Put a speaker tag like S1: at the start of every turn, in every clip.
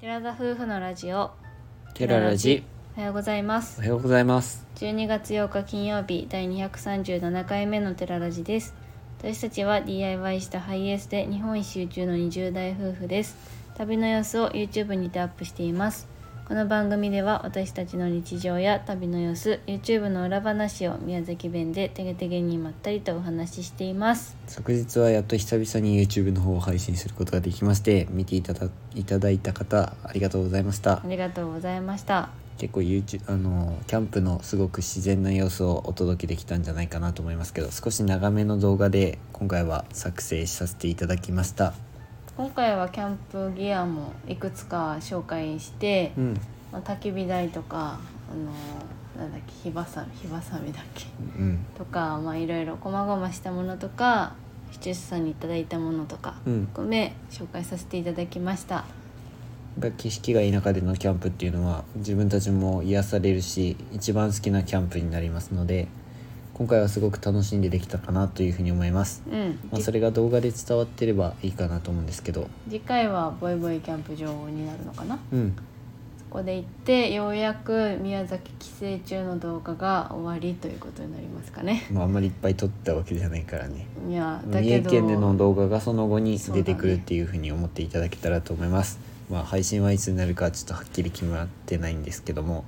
S1: 寺田夫婦のラジオ
S2: テララジ
S1: おはようございま
S2: お
S1: す
S2: はようございます
S1: 12月8日金曜日第237回目の寺ラジです私たちは DIY したハイエースで日本一周中の20代夫婦です旅の様子を YouTube にてアップしていますこの番組では私たちの日常や旅の様子 YouTube の裏話を宮崎弁でてげてげにまったりとお話ししています
S2: 昨日はやっと久々に YouTube の方を配信することができまして見ていただいただいた方ありがとうございました
S1: ありがとうございました
S2: 結構 YouTube あのキャンプのすごく自然な様子をお届けできたんじゃないかなと思いますけど少し長めの動画で今回は作成させていただきました
S1: 今回はキャンプギアもいくつか紹介して、
S2: うん
S1: まあ、焚き火台とかあのーなんだっけ火ばさみ火ばさみだっけ
S2: うん
S1: とかまあいろいろ細々したものとか視聴者さんにいただいたものとか
S2: うん
S1: ごめん紹介させていただきました
S2: やっぱ景色が田舎でのキャンプっていうのは自分たちも癒されるし一番好きなキャンプになりますので今回はすごく楽しんでできたかなというふうに思います、
S1: うん、
S2: まあ、
S1: じ
S2: それが動画で伝わってればいいかなと思うんですけど
S1: 次回はボイボイキャンプ場になるのかな
S2: うん
S1: そこで行ってようやく宮崎帰省中の動画が終わりということになりますかね
S2: まああんまりいっぱい撮ったわけじゃないからね
S1: いやだ
S2: 三
S1: け
S2: 重
S1: ど
S2: 県での動画がその後に出てくるっていうふうに思っていただけたらと思います、まあ配信はいつになるかはちょっとはっきり決まってないんですけども、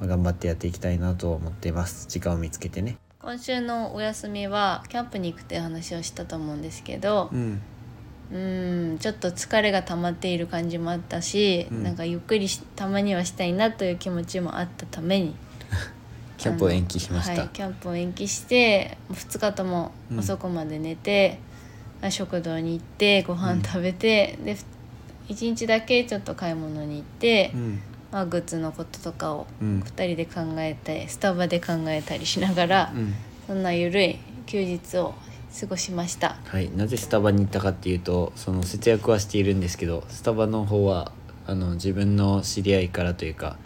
S2: まあ、頑張ってやっていきたいなとは思っています時間を見つけてね
S1: 今週のお休みはキャンプに行くっていう話をしたと思うんですけど
S2: うん
S1: うーんちょっと疲れが溜まっている感じもあったし、
S2: うん
S1: なんかゆっくりしたまにはしたいなという気持ちもあったために
S2: キャンプを延期しました、
S1: はい、キャンプを延期して2日とも
S2: うん
S1: 遅くまで寝て、あ食堂に行ってご飯食べて、で1日だけちょっと買い物に行って、
S2: うん
S1: まあ、グッズのこととかを
S2: うん
S1: 2人で考えてスタバで考えたりしながら。
S2: うん
S1: そんなゆるい休日を過ごしました。
S2: はい、なぜスタバに行ったかっていうとその節約はしているんですけどスタバの方はあの自分の知り合いからというか、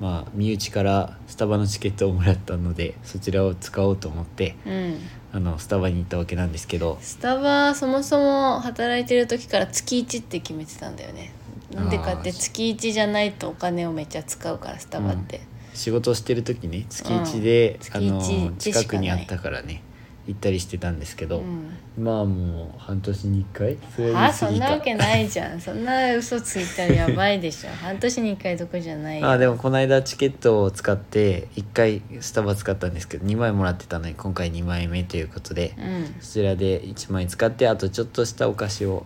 S2: まあ、身内からスタバのチケットをもらったのでそちらを使おうと思って
S1: うん、
S2: あのスタバに行ったわけなんですけど
S1: スタバそもそも働いてる時から月1って決めてたんだよね。なんでかって
S2: あー
S1: 月1じゃないとお金をめっちゃ使うからスタバって。
S2: 仕事をしてる時ね月1
S1: う
S2: で、
S1: ん
S2: あ
S1: 月一
S2: の
S1: でしかない
S2: 近くにあったからね行ったりしてたんですけ
S1: う
S2: ど、
S1: ん
S2: まあもう半年に1回それ
S1: は
S2: は
S1: あそ
S2: 言
S1: ん
S2: い過
S1: なわ
S2: ぎた
S1: けないじゃんそんな嘘ついたらやばいでしょ半年に1回どこじゃないよ
S2: あでもこの間チケットを使って1回スタバ使ったんですけど2枚もらってたので今回2枚目ということで、
S1: うん
S2: そちらで1枚使ってあとちょっとしたお菓子を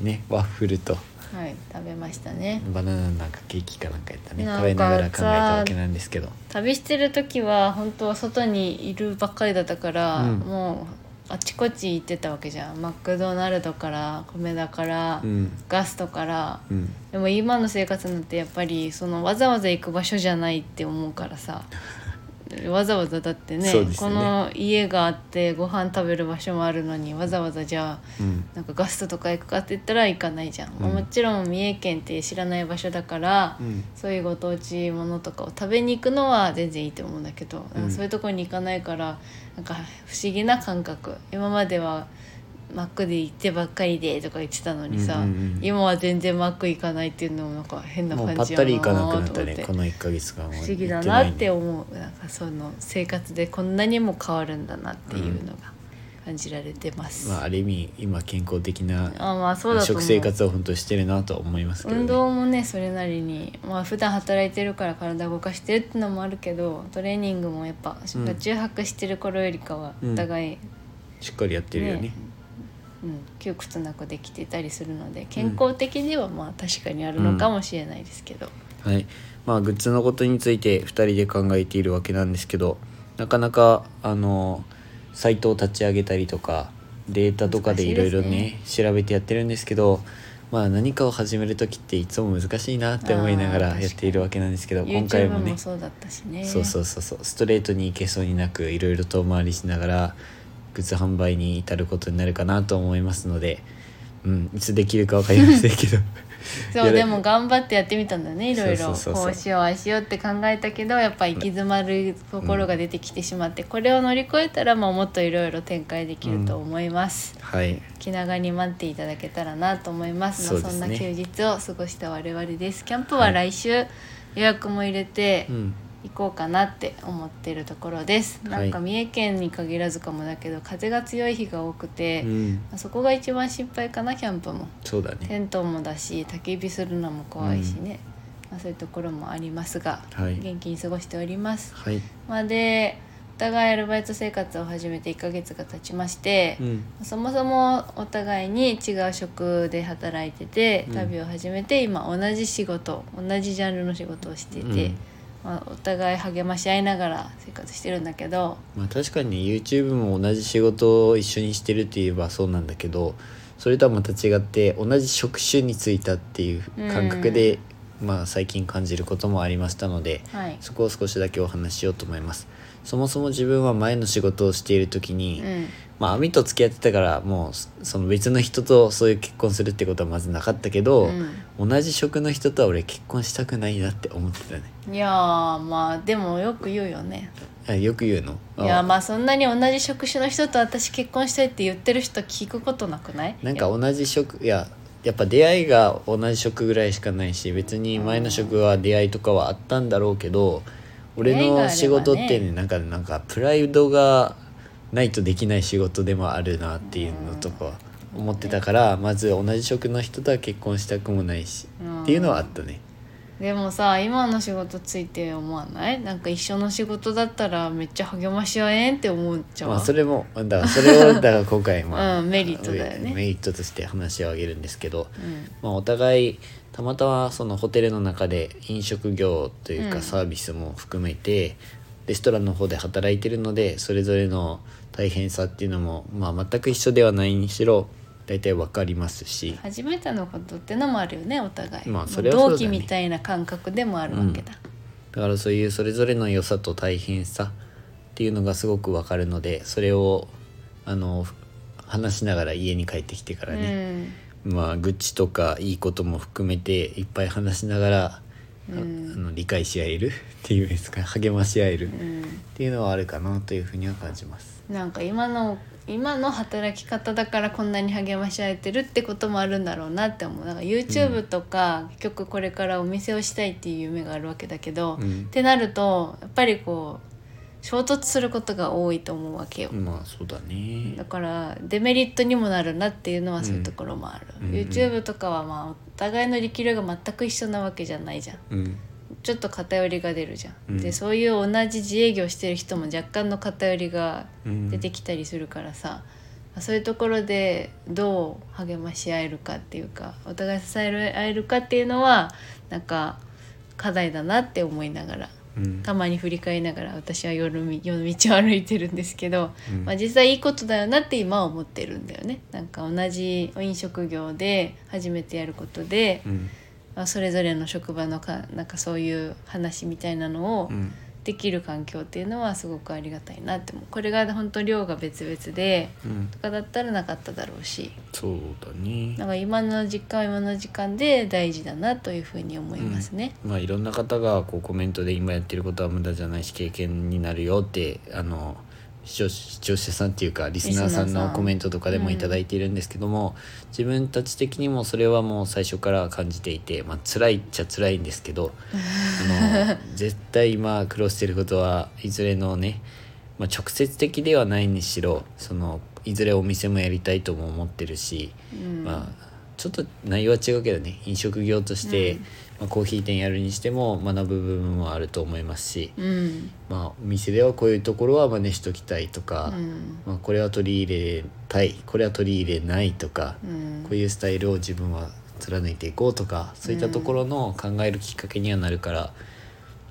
S2: ねワッフルと
S1: はい食べましたね
S2: バナナなんかケーキかなんかやったね
S1: なん
S2: 食
S1: か
S2: べながら考えたわけなんですけど
S1: 旅してる時は本当外にいるばっかりだったから、
S2: うん
S1: もうあちこち行ってたわけじゃんマクドナルドから米田から、
S2: うん
S1: ガストから
S2: うん
S1: でも今の生活なんてやっぱりそのわざわざ行く場所じゃないって思うからさわざわざだってね
S2: そうです
S1: こ
S2: よね
S1: の家があってご飯食べる場所もあるのにわざわざじゃあ
S2: うん
S1: なんかガストとか行くかって言ったら行かないじゃん、
S2: うん
S1: もちろん三重県って知らない場所だから、
S2: うん
S1: そういうご当地ものとかを食べに行くのは全然いいと思うんだけど、
S2: うん
S1: そういうところに行かないからなんか不思議な感覚今まではマックで行ってばっかりでとか言ってたのにさ、
S2: うんうんうん
S1: 今は全然マック行かないっていうのもなんか変な
S2: も
S1: 感
S2: う
S1: じ
S2: ぱったりいかなくなっ
S1: と
S2: た
S1: 思
S2: ねこの1か月間は
S1: 不思議だなって思うなんかその生活でこんなにも変わるんだなっていうのが感じられてます。
S2: まあある意味今健康的な
S1: あまあそうだと思
S2: 食
S1: う
S2: 生活を本当してるなとは思いますけど、ね、
S1: 運動もねそれなりにまあ普段働いてるから体動かしてるってのもあるけどトレーニングもやっぱ
S2: うん
S1: 中泊してる頃よりかは
S2: うん
S1: お互い、
S2: しっかりやってるよね
S1: ねうん、窮屈なくできてたりするので健康的ではまあ確かにあるのかもしれないですけど、
S2: はいまあ、グッズのことについて2人で考えているわけなんですけどなかなかあのサイトを立ち上げたりとかデータとかでいろいろね調べてやってるんですけど、まあ、何かを始める時っていつも難しいなって思いなが
S1: あー確
S2: ら
S1: かに
S2: やっているわけなんですけど今回
S1: YouTube
S2: もね
S1: もそうだったしね
S2: そうそうそうそうストレートに行けそうになくいろいろ遠回りしながらグッズ販売に至ることになるかなと思いますので、うん、いつできるかわかりませんけど
S1: そ
S2: や
S1: う
S2: る
S1: でも頑張ってやってみたんだねいろいろ
S2: そうそうそうそう
S1: こうしようああしようって考えたけどやっぱ行き詰まるところが出てきてしまって、これを乗り越えたらまあもっといろいろ展開できると思います、
S2: はい
S1: 気長に待っていただけたらなと思います
S2: そう
S1: まあ、
S2: で
S1: そ
S2: す
S1: ん
S2: ね
S1: な休日を過ごした我々ですキャンプは来週、予約も入れて
S2: うん
S1: 行こうかなって思ってるところです、
S2: は
S1: な
S2: い
S1: んか三重県に限らずかもだけど風が強い日が多くて、
S2: うん
S1: まあそこが一番心配かなキャンプも
S2: そうだね
S1: テントもだし焚き火するのも怖いしね、まあ、そういうところもありますが、
S2: はい
S1: 元気に過ごしております。
S2: はい
S1: まあ、でお互いアルバイト生活を始めて1ヶ月が経ちまして、
S2: うん
S1: そもそもお互いに違う職で働いてて
S2: うん
S1: 旅を始めて今同じ仕事同じジャンルの仕事をしていて、
S2: うん
S1: まあ、お互い励まし合いながら生活してるんだけど
S2: まあ確かに YouTube も同じ仕事を一緒にしてるって言えばそうなんだけどそれとはまた違って同じ職種に就いたっていう感覚で、まあ最近感じることもありましたので
S1: はい、
S2: そこを少しだけお話ししようと思いますそもそも自分は前の仕事をしている時に、
S1: うん
S2: まあ網と付き合ってたからもうそその別の人とそういう結婚するってことはまずなかったけど、同じ職の人とは俺結婚したくないなって思ってたね
S1: うん、いやーまあでもよく言うよね
S2: あよく言うの
S1: いやまあそんなに同じ職種の人と私結婚したいって言ってる人聞くことなくない
S2: なんか同じ職いややっぱ出会いが同じ職ぐらいしかないし別に前の職は出会いとかはあったんだろうけど俺
S1: 出会いがあれば
S2: の
S1: ね
S2: 仕事ってねなんかなんかプライドがないとできない仕事でもあるなっていうのとかは思ってたからまず同じ職の人とは結婚したくもないし
S1: うん
S2: っていうのはあったね
S1: でもさ今の仕事ついて思わないなんか一緒の仕事だったらめっちゃ励まし合えんって思っちゃう、
S2: まあそれもだからそれをだから今回ま あ
S1: うんメリットだよね
S2: メリットとして話を挙げるんですけど
S1: うん
S2: まあ、お互いたまたまそのホテルの中で飲食業という
S1: うん
S2: かサービスも含めて、レストランの方で働いてるのでそれぞれの大変さっていうのも、まあ、全く一緒ではないにしろ大体わかりますし、
S1: 初めてのことってのもあるよねお互い、
S2: まあそれはそうだ
S1: 同
S2: ね
S1: 期みたいな感覚でもあるわけだ、
S2: だからそういうそれぞれの良さと大変さっていうのがすごくわかるのでそれをあの話しながら家に帰ってきてから
S1: う
S2: ね、
S1: ん
S2: まあ愚痴とかいいことも含めていっぱい話しながら、あ
S1: うん
S2: あの理解し合えるっていうんですか励まし合えるっ
S1: うん
S2: ていうのはあるかなというふうには感じます。
S1: なんか今の今の働き方だからこんなに励まし合えてるってこともあるんだろうなって思うなんか YouTube とか、結局これからお店をしたいっていう夢があるわけだけど、
S2: う
S1: っ
S2: ん、
S1: てなるとやっぱりこう衝突することが多いと思うわけよ、
S2: まあそうだね
S1: だ。からデメリットにもなるなっていうのはそういうところもある、
S2: うんうんうん
S1: YouTube とかはまあお互いの力量が全く一緒なわけじゃないじゃん
S2: うん、
S1: ちょっと偏りが出るじゃん、
S2: うん
S1: でそういう同じ自営業してる人も若干の偏りが
S2: うん
S1: 出てきたりするからさ、そういうところでどう励まし合えるかっていうかお互い支え合えるかっていうのはなんか課題だなって思いながら
S2: うん
S1: たまに振り返りながら私は夜み夜道を歩いてるんですけど、
S2: うん
S1: まあ、実際いいことだよなって今は思ってるんだよね。なんか同じ飲食業で初めてやることで、
S2: うん
S1: まあ、それぞれの職場のかなんかそういう話みたいなのを
S2: うん
S1: できる環境っていうのはすごくありがたいなって思うこれが本当量が別々で
S2: うん
S1: とかだったらなかっただろうし
S2: そうだね
S1: なん。か今の時間は今の時間で大事だなというふうに思いますね。
S2: まあいろんな方がこうコメントで今やってることは無駄じゃないし経験になるよってあの視聴視聴者さんっていうかリスナーさ
S1: リ
S2: ん
S1: スナー
S2: の
S1: さん
S2: コメントとかでも頂いただいているんですけども、自分たち的にもそれはもう最初から感じていてまあ辛いっちゃ辛いんですけどあの 絶対今苦労してることはいずれのね、まあ、直接的ではないにしろそのいずれお店もやりたいとも思ってるし。
S1: うん
S2: まあ、ちょっと内容は違うけどね飲食業とし
S1: う
S2: て、
S1: ん
S2: まあ、コーヒー店やるにしても学ぶ部分もあると思いますし、
S1: うん
S2: まあ、お店ではこういうところは真似しときたいとか、
S1: うん
S2: まあ、これは取り入れたいこれは取り入れないとか、
S1: うん
S2: こういうスタイルを自分は貫いていこうとかそういったところの考えるきっかけにはなるから、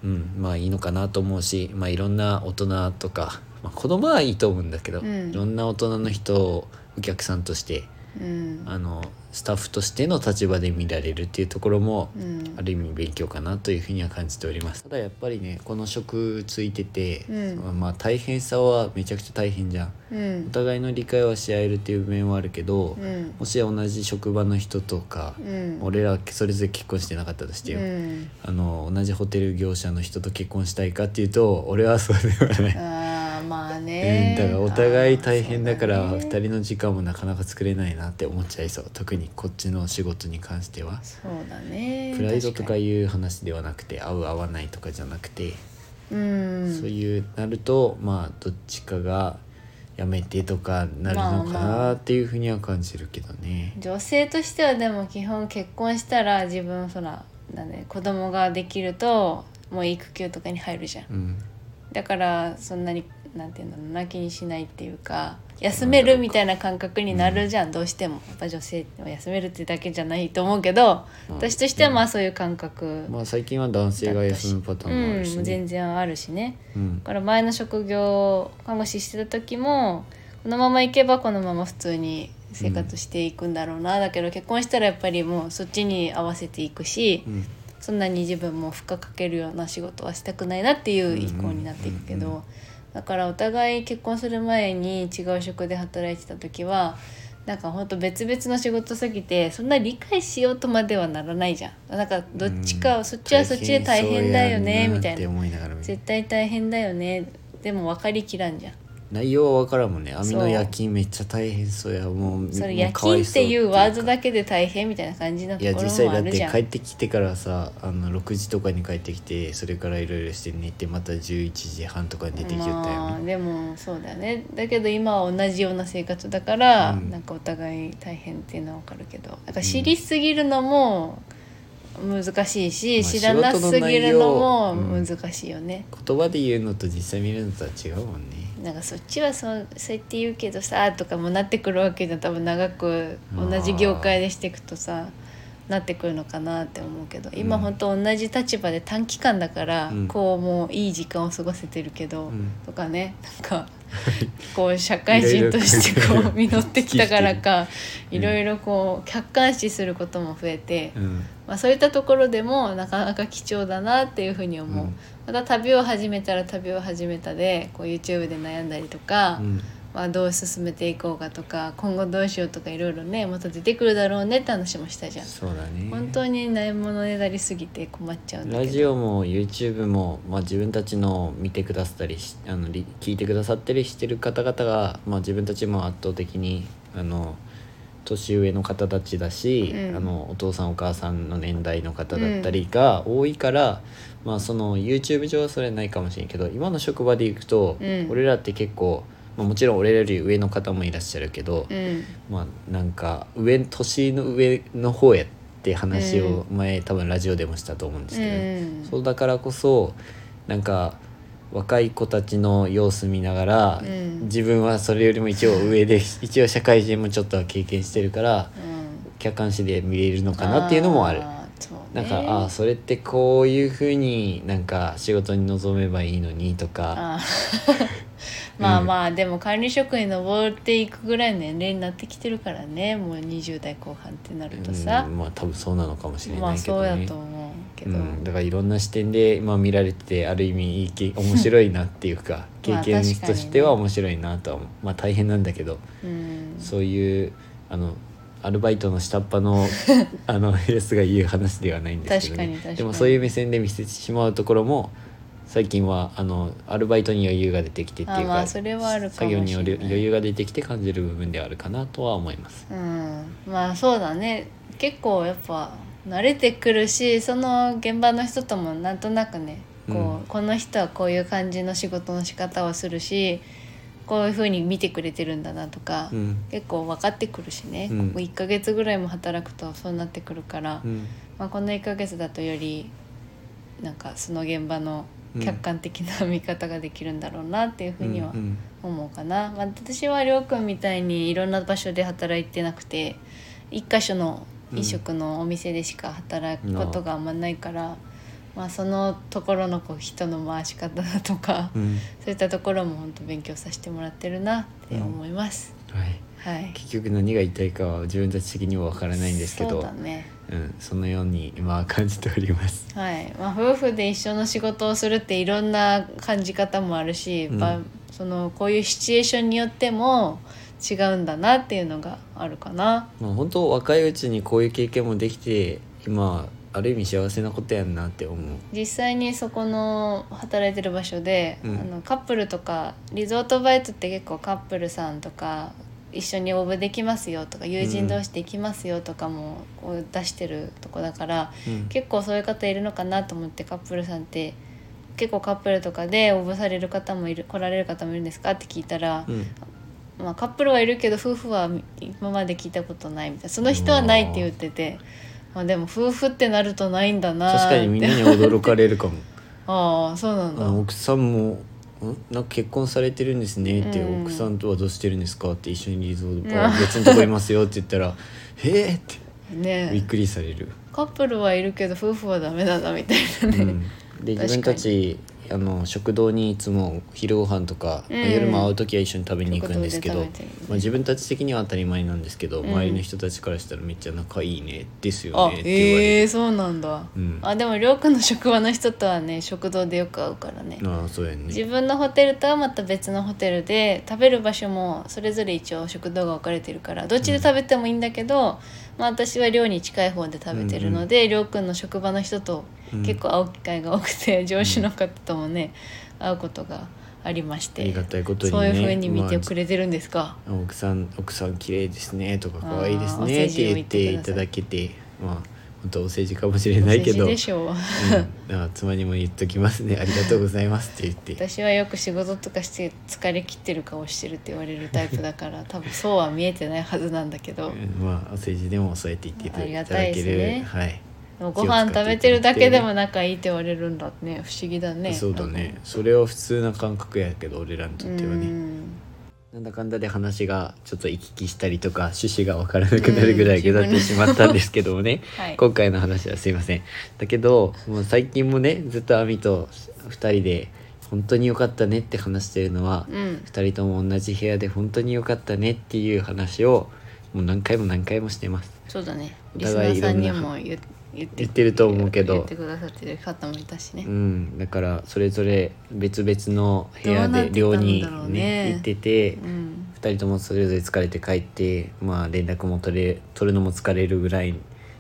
S2: うんまあいいのかなと思うし、まあ、いろんな大人とか、まあ、子供はいいと思うんだけど、
S1: うん
S2: いろんな大人の人をお客さんとして
S1: うん
S2: あのスタッフとしての立場で見られるっていうところも
S1: うん
S2: ある意味勉強かなというふうには感じておりますただやっぱりねこの職ついてて、
S1: うん
S2: そのまあ大変さはめちゃくちゃ大変じゃ
S1: う
S2: ん
S1: ん
S2: お互いの理解はし合えるっていう面はあるけど、
S1: うん
S2: もし同じ職場の人とか、
S1: うん
S2: 俺らはそれぞれ結婚してなかったとしてよ、
S1: うん
S2: あの同じホテル業者の人と結婚したいかっていうと俺はそうではない、
S1: あーまあ
S2: うん
S1: ね
S2: だからお互い大変だか
S1: あ
S2: ら
S1: ー
S2: 二
S1: そうだね
S2: 人の時間もなかなか作れないなって思っちゃいそう特にこっちの仕事に関しては
S1: そうだね
S2: プライドとか
S1: 確
S2: いう話ではなくて合う合わないとかじゃなくて、
S1: にうん
S2: そういうなるとまあどっちかがやめてとかなるのか
S1: まあまあ
S2: なっていうふうには感じるけどね。
S1: 女性としてはでも基本結婚したら自分そらなんだね子供ができるともう育休とかに入るじゃん
S2: うん
S1: だからそんなになんていうんだろうな気にしないっていうか休めるみたいな感覚になるじゃん、どうしてもやっぱ女性は休めるってだけじゃないと思うけど、
S2: まあ
S1: 私としてはまあそういう感覚
S2: まあ最近は男性が休むパターンもあるし、
S1: うん、全
S2: ね
S1: 然あるしね
S2: うん
S1: だから前の職業看護師してた時もこのまま行けばこのまま普通に生活していくんだろうな、だけど結婚したらやっぱりもうそっちに合わせていくし、
S2: うん
S1: そんなに自分も負荷かけるような仕事はしたくないなっていう意向になっていくけど、
S2: うんうんうん
S1: だからお互い結婚する前に違う職で働いてた時はなんかほんと別々の仕事すぎてそんな理解しようとまではならないじゃんなんかどっちか、
S2: うん
S1: そっちはそっちで大変だよねみたい
S2: 大変そうやんって
S1: な
S2: 思いながら見る
S1: 絶対大変だよねでも分かりきらんじゃん
S2: 内容は分からんもんね網
S1: そ
S2: の
S1: う
S2: 夜勤めっちゃ大変そうやもう
S1: それ「
S2: もう
S1: 夜
S2: かわ
S1: 勤」
S2: い
S1: っ
S2: そう
S1: ていうワード
S2: い
S1: だけで大変みたいな感じのと
S2: や
S1: こ
S2: 実
S1: ろ
S2: 際
S1: も
S2: だ
S1: あ
S2: っ
S1: るじ
S2: て
S1: ゃん
S2: 帰ってきてからさあの6時とかに帰ってきてそれからいろいろして寝てまた11時半とかに出てきちゃったよ、
S1: まあでもそうだよねだけど今は同じような生活だから、
S2: うん
S1: なんかお互い大変っていうのは分かるけどだから知りすぎるのも難しいし、
S2: まあ
S1: 知らなすぎるのも
S2: 仕事の内容
S1: 難しいよね、
S2: 言葉で言うのと実際見るのとは違うもんね
S1: なんかそっちはそうそうやって言うけどさとかもなってくるわけじゃん多分長く同じ業界でしていくとさなってくるのかなって思うけど今
S2: うん
S1: 本当同じ立場で短期間だから、
S2: うん
S1: こうもういい時間を過ごせてるけど、
S2: うん
S1: とかねなんかこう社会人としてこ
S2: いろいろ
S1: う実ってきたから か
S2: うん
S1: いろいろこう客観視することも増えて、
S2: うん
S1: まあ、そういったところでもなかなか貴重だなっていうふうに思う、
S2: うん
S1: また旅を始めたら旅を始めたでこう YouTube で悩んだりとか、
S2: うん
S1: まあ、どう進めていこうかとか今後どうしようとかいろいろねまた出てくるだろうねって話もしたじゃん
S2: そうだね
S1: 本当にないものねだりすぎて困っちゃうんだけど
S2: ラジオも YouTube も、まあ、自分たちの見てくださったりしあのり聞いてくださったりしてる方々が、まあ、自分たちも圧倒的にあの年上の方たちだし、
S1: うん
S2: あのお父さんお母さんの年代の方だったりが多いから、まあ、その YouTube 上はそれはないかもしれんけど今の職場で行くと、
S1: うん
S2: 俺らって結構、まあ、もちろん俺らより上の方もいらっしゃるけど、
S1: うん
S2: まあなんか上年の上の方やって話を前、多分ラジオでもしたと思うんですけど、
S1: うん
S2: そうだからこそなんか若い子たちの様子見ながら、
S1: うん
S2: 自分はそれよりも一応上で一応社会人もちょっとは経験してるから
S1: うん
S2: 客観視で見れるのかなっていうのもある。
S1: ーそうね
S2: なんかああーそれってこういうふうになんか仕事に臨めばいいのにとか
S1: あ ーまあまあ、でも管理職に上っていくぐらいの年齢になってきてるからねもう20代後半ってなるとさ
S2: う、んまあ多分そうなのかもしれ
S1: ま
S2: な
S1: あ
S2: いけど
S1: そ
S2: ね。
S1: うやと思うけど、
S2: うん、だからいろんな視点で、まあ、見られててある意味いいけ面白いなってい うか経験
S1: 確かにね
S2: としては面白いなとは思う、まあ、大変なんだけど
S1: うん
S2: そういうあのアルバイトの下っ端 のあのやつが言う話ではないんですけど、
S1: 確
S2: ね、
S1: かに確かに
S2: でもそういう目線で見せてしまうところも最近はあのアルバイトに余裕が出てきてっていうか
S1: あまあそれはあるかもしれない
S2: 作業による余裕が出てきて感じる部分ではあるかなとは思います。
S1: うん、まあそうだね結構やっぱ慣れてくるしその現場の人ともなんとなくねこう、この人はこういう感じの仕事の仕方をするしこういうふうに見てくれてるんだなとか、
S2: うん
S1: 結構分かってくるしね、
S2: うん
S1: ここ1ヶ月ぐらいも働くとそうなってくるから、
S2: うん
S1: まあ、この1ヶ月だとよりなんかその現場の客観的な見方ができるんだろうなっていうふうには
S2: うんうん
S1: 思うかな、まあ、私はりょうくんみたいにいろんな場所で働いてなくて一箇所の
S2: うん
S1: 飲食のお店でしか働くことがあんまないから、まあ、そのところのこう人の回し方だとか、
S2: うん
S1: そういったところも本当勉強させてもらってるなって思います。
S2: はい、
S1: はい
S2: 結局何が言いたいかは自分たち的にもわからないんですけ
S1: そう
S2: ど
S1: だね
S2: うん、そのように今は感じております。
S1: はいまあ、夫婦で一緒の仕事をするっていろんな感じ方もあるし、
S2: うん
S1: ばそのこういうシチュエーションによっても違うんだなっていうのがあるかな。
S2: まあ、本当若いうちにこういう経験もできて今ある意味幸せなことやんなって思う。
S1: 実際にそこの働いてる場所で、
S2: うん
S1: あのカップルとかリゾートバイトって結構カップルさんとか一緒に応募できますよとか友人同士で行きますよとかもこう出してるとこだから、
S2: うん
S1: 結構そういう方いるのかなと思ってカップルさんって結構カップルとかで応募される方もいる来られる方もいるんですかって聞いたら、
S2: うん
S1: まあ、カップルはいるけど夫婦は今まで聞いたことないみたいなその人はないって言ってて、まあ、でも夫婦ってなるとないんだなーって
S2: 確かにみんなに驚かれ るかも。
S1: ああそうなんだ
S2: あ奥さんもんなんか結婚されてるんですねって、
S1: うん
S2: 奥さんとはどうしてるんですかって一緒にリゾート
S1: うん
S2: 別のとこいますよって言ったら 「えっ!」ってびっ
S1: ね
S2: くりされる。
S1: カップルはいるけど夫婦はダメなんだみたいなね、
S2: で
S1: 確かに
S2: 自分たちあの食堂にいつも昼ご飯とか、
S1: うん
S2: まあ夜も会う時は一緒に食べに行くんですけど、
S1: 食堂で食べてるね
S2: まあ、自分たち的には当たり前なんですけど、
S1: うん
S2: 周りの人たちからしたらめっちゃ仲いいねですよ
S1: あ
S2: ねって言わ
S1: え
S2: れ
S1: え
S2: る、
S1: ー、そうなんだ、
S2: うん
S1: あでもりょうくんの職場の人とはね食堂でよく会うからね
S2: ああそうやん
S1: 自
S2: ね
S1: 分のホテルとはまた別のホテルで食べる場所もそれぞれ一応食堂が分かれてるからどっちで食べてもいいんだけど、まあ、私は寮に近い方で食べてるので、りょうくんの職場の人と結構会う機会が多くて、上司の方ともね会うことがありまし
S2: あ
S1: て
S2: りがたいことにね
S1: そういうふうに見て
S2: まあ
S1: くれてるんですか、
S2: 奥さん奥さん綺麗ですねとか
S1: あー
S2: 可愛いです
S1: お
S2: ね
S1: 世
S2: っ
S1: 辞
S2: て
S1: を
S2: 言
S1: 言
S2: っ
S1: ってて
S2: い
S1: い
S2: た
S1: た
S2: だ
S1: だ
S2: けてまあ本当お世辞かもしれないけ
S1: お世
S2: ど
S1: 辞でしょう
S2: うんあ妻にも言っときますねありがとうございますって言って
S1: 私はよく仕事とかして疲れ切ってる顔してるって言われるタイプだから 多分そうは見えてないはずなんだけど、
S2: うんまあお世辞でも抑えていっていただ
S1: ありが
S2: け
S1: たいです
S2: る、
S1: ね
S2: はい、
S1: でもご飯食べてるだけでも仲いいって言われるんだね不思議だね
S2: そうだねそれは普通な感覚やけど俺らにと
S1: う
S2: っ
S1: ん
S2: てはねなんだかんだで話がちょっと行き来したりとか趣旨が分からなくなるぐらい下ってしまったんですけどもね
S1: はい
S2: 今回の話はすいませんだけどもう最近もねずっと亜美と2人で本当に良かったねって話してるのは、
S1: うん
S2: 2人とも同じ部屋で本当に良かったねっていう話をもう何回も何回もしてます
S1: そうだね
S2: お
S1: リスナ
S2: 互い
S1: ー
S2: いろ
S1: さ
S2: ん
S1: ん
S2: な
S1: にも言言って
S2: 言ってると思うけ
S1: 言
S2: ど
S1: ってくださってる方もいたしね、
S2: うんだからそれぞれ別々の部屋で
S1: どうな
S2: 寮
S1: って
S2: に
S1: たんだろうね
S2: ね行ってて
S1: うん
S2: 2人ともそれぞれ疲れて帰ってまあ連絡も取れ取るのも疲れるぐらい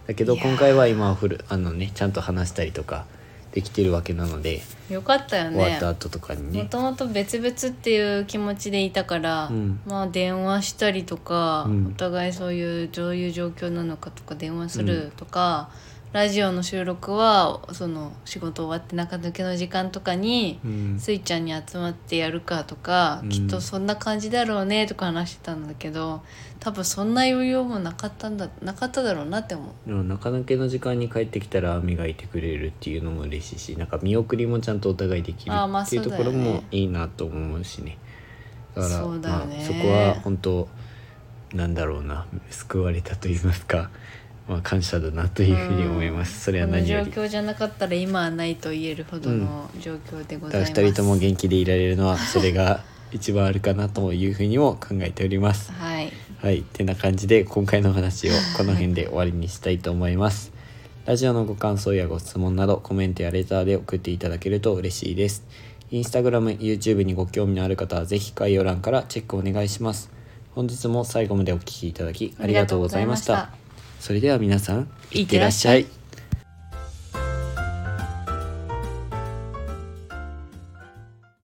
S2: だけど
S1: いやー
S2: 今回は今はフルあのねちゃんと話したりとかできてるわけなので、
S1: よかったよ
S2: 終わ
S1: ね
S2: った後とかに
S1: も
S2: ね
S1: ともと別々っていう気持ちでいたから、
S2: うん
S1: まあ電話したりとか、
S2: うん
S1: お互いそういうどういう状況なのかとか電話するとか、ラジオの収録はその仕事終わって中抜けの時間とかに、
S2: うん
S1: スイちゃんに集まってやるかとか、
S2: うん
S1: きっとそんな感じだろうねとか話してたんだけど多分そんな余裕もなかったんだなかっただろうなって思う。
S2: でもなかなかの時間に帰ってきたら磨いてくれるっていうのも嬉しいしなんか見送りもちゃんとお互いできる
S1: あーまあ
S2: っていうところもいいなと思うしねだから
S1: そうだよね
S2: まあ、そこは本当なんだろうな救われたと言いますか、 まあ、感謝だなというふうに思います、それは
S1: この
S2: 何
S1: 状
S2: より。
S1: 況じゃなかったら今はないと言えるほどの状況でござ
S2: だか
S1: い
S2: ら
S1: ます。
S2: 2人とも元気でいられるのはそれが一番あるかなというふうにも考えております。
S1: はい。
S2: はい、てな感じで今回の話をこの辺で終わりにしたいと思います。ラジオのご感想やご質問などコメントやレターで送っていただけると嬉しいです。インスタグラム、YouTube にご興味のある方はぜひ概要欄からチェックお願いします。本日も最後までお聴きいただきありがとうございました。
S1: ありがとうございま
S2: それでは皆さん、い
S1: い
S2: っ
S1: ってて
S2: ら
S1: ら
S2: っ
S1: っ
S2: し
S1: し
S2: ゃ
S1: ゃ
S2: い
S1: い。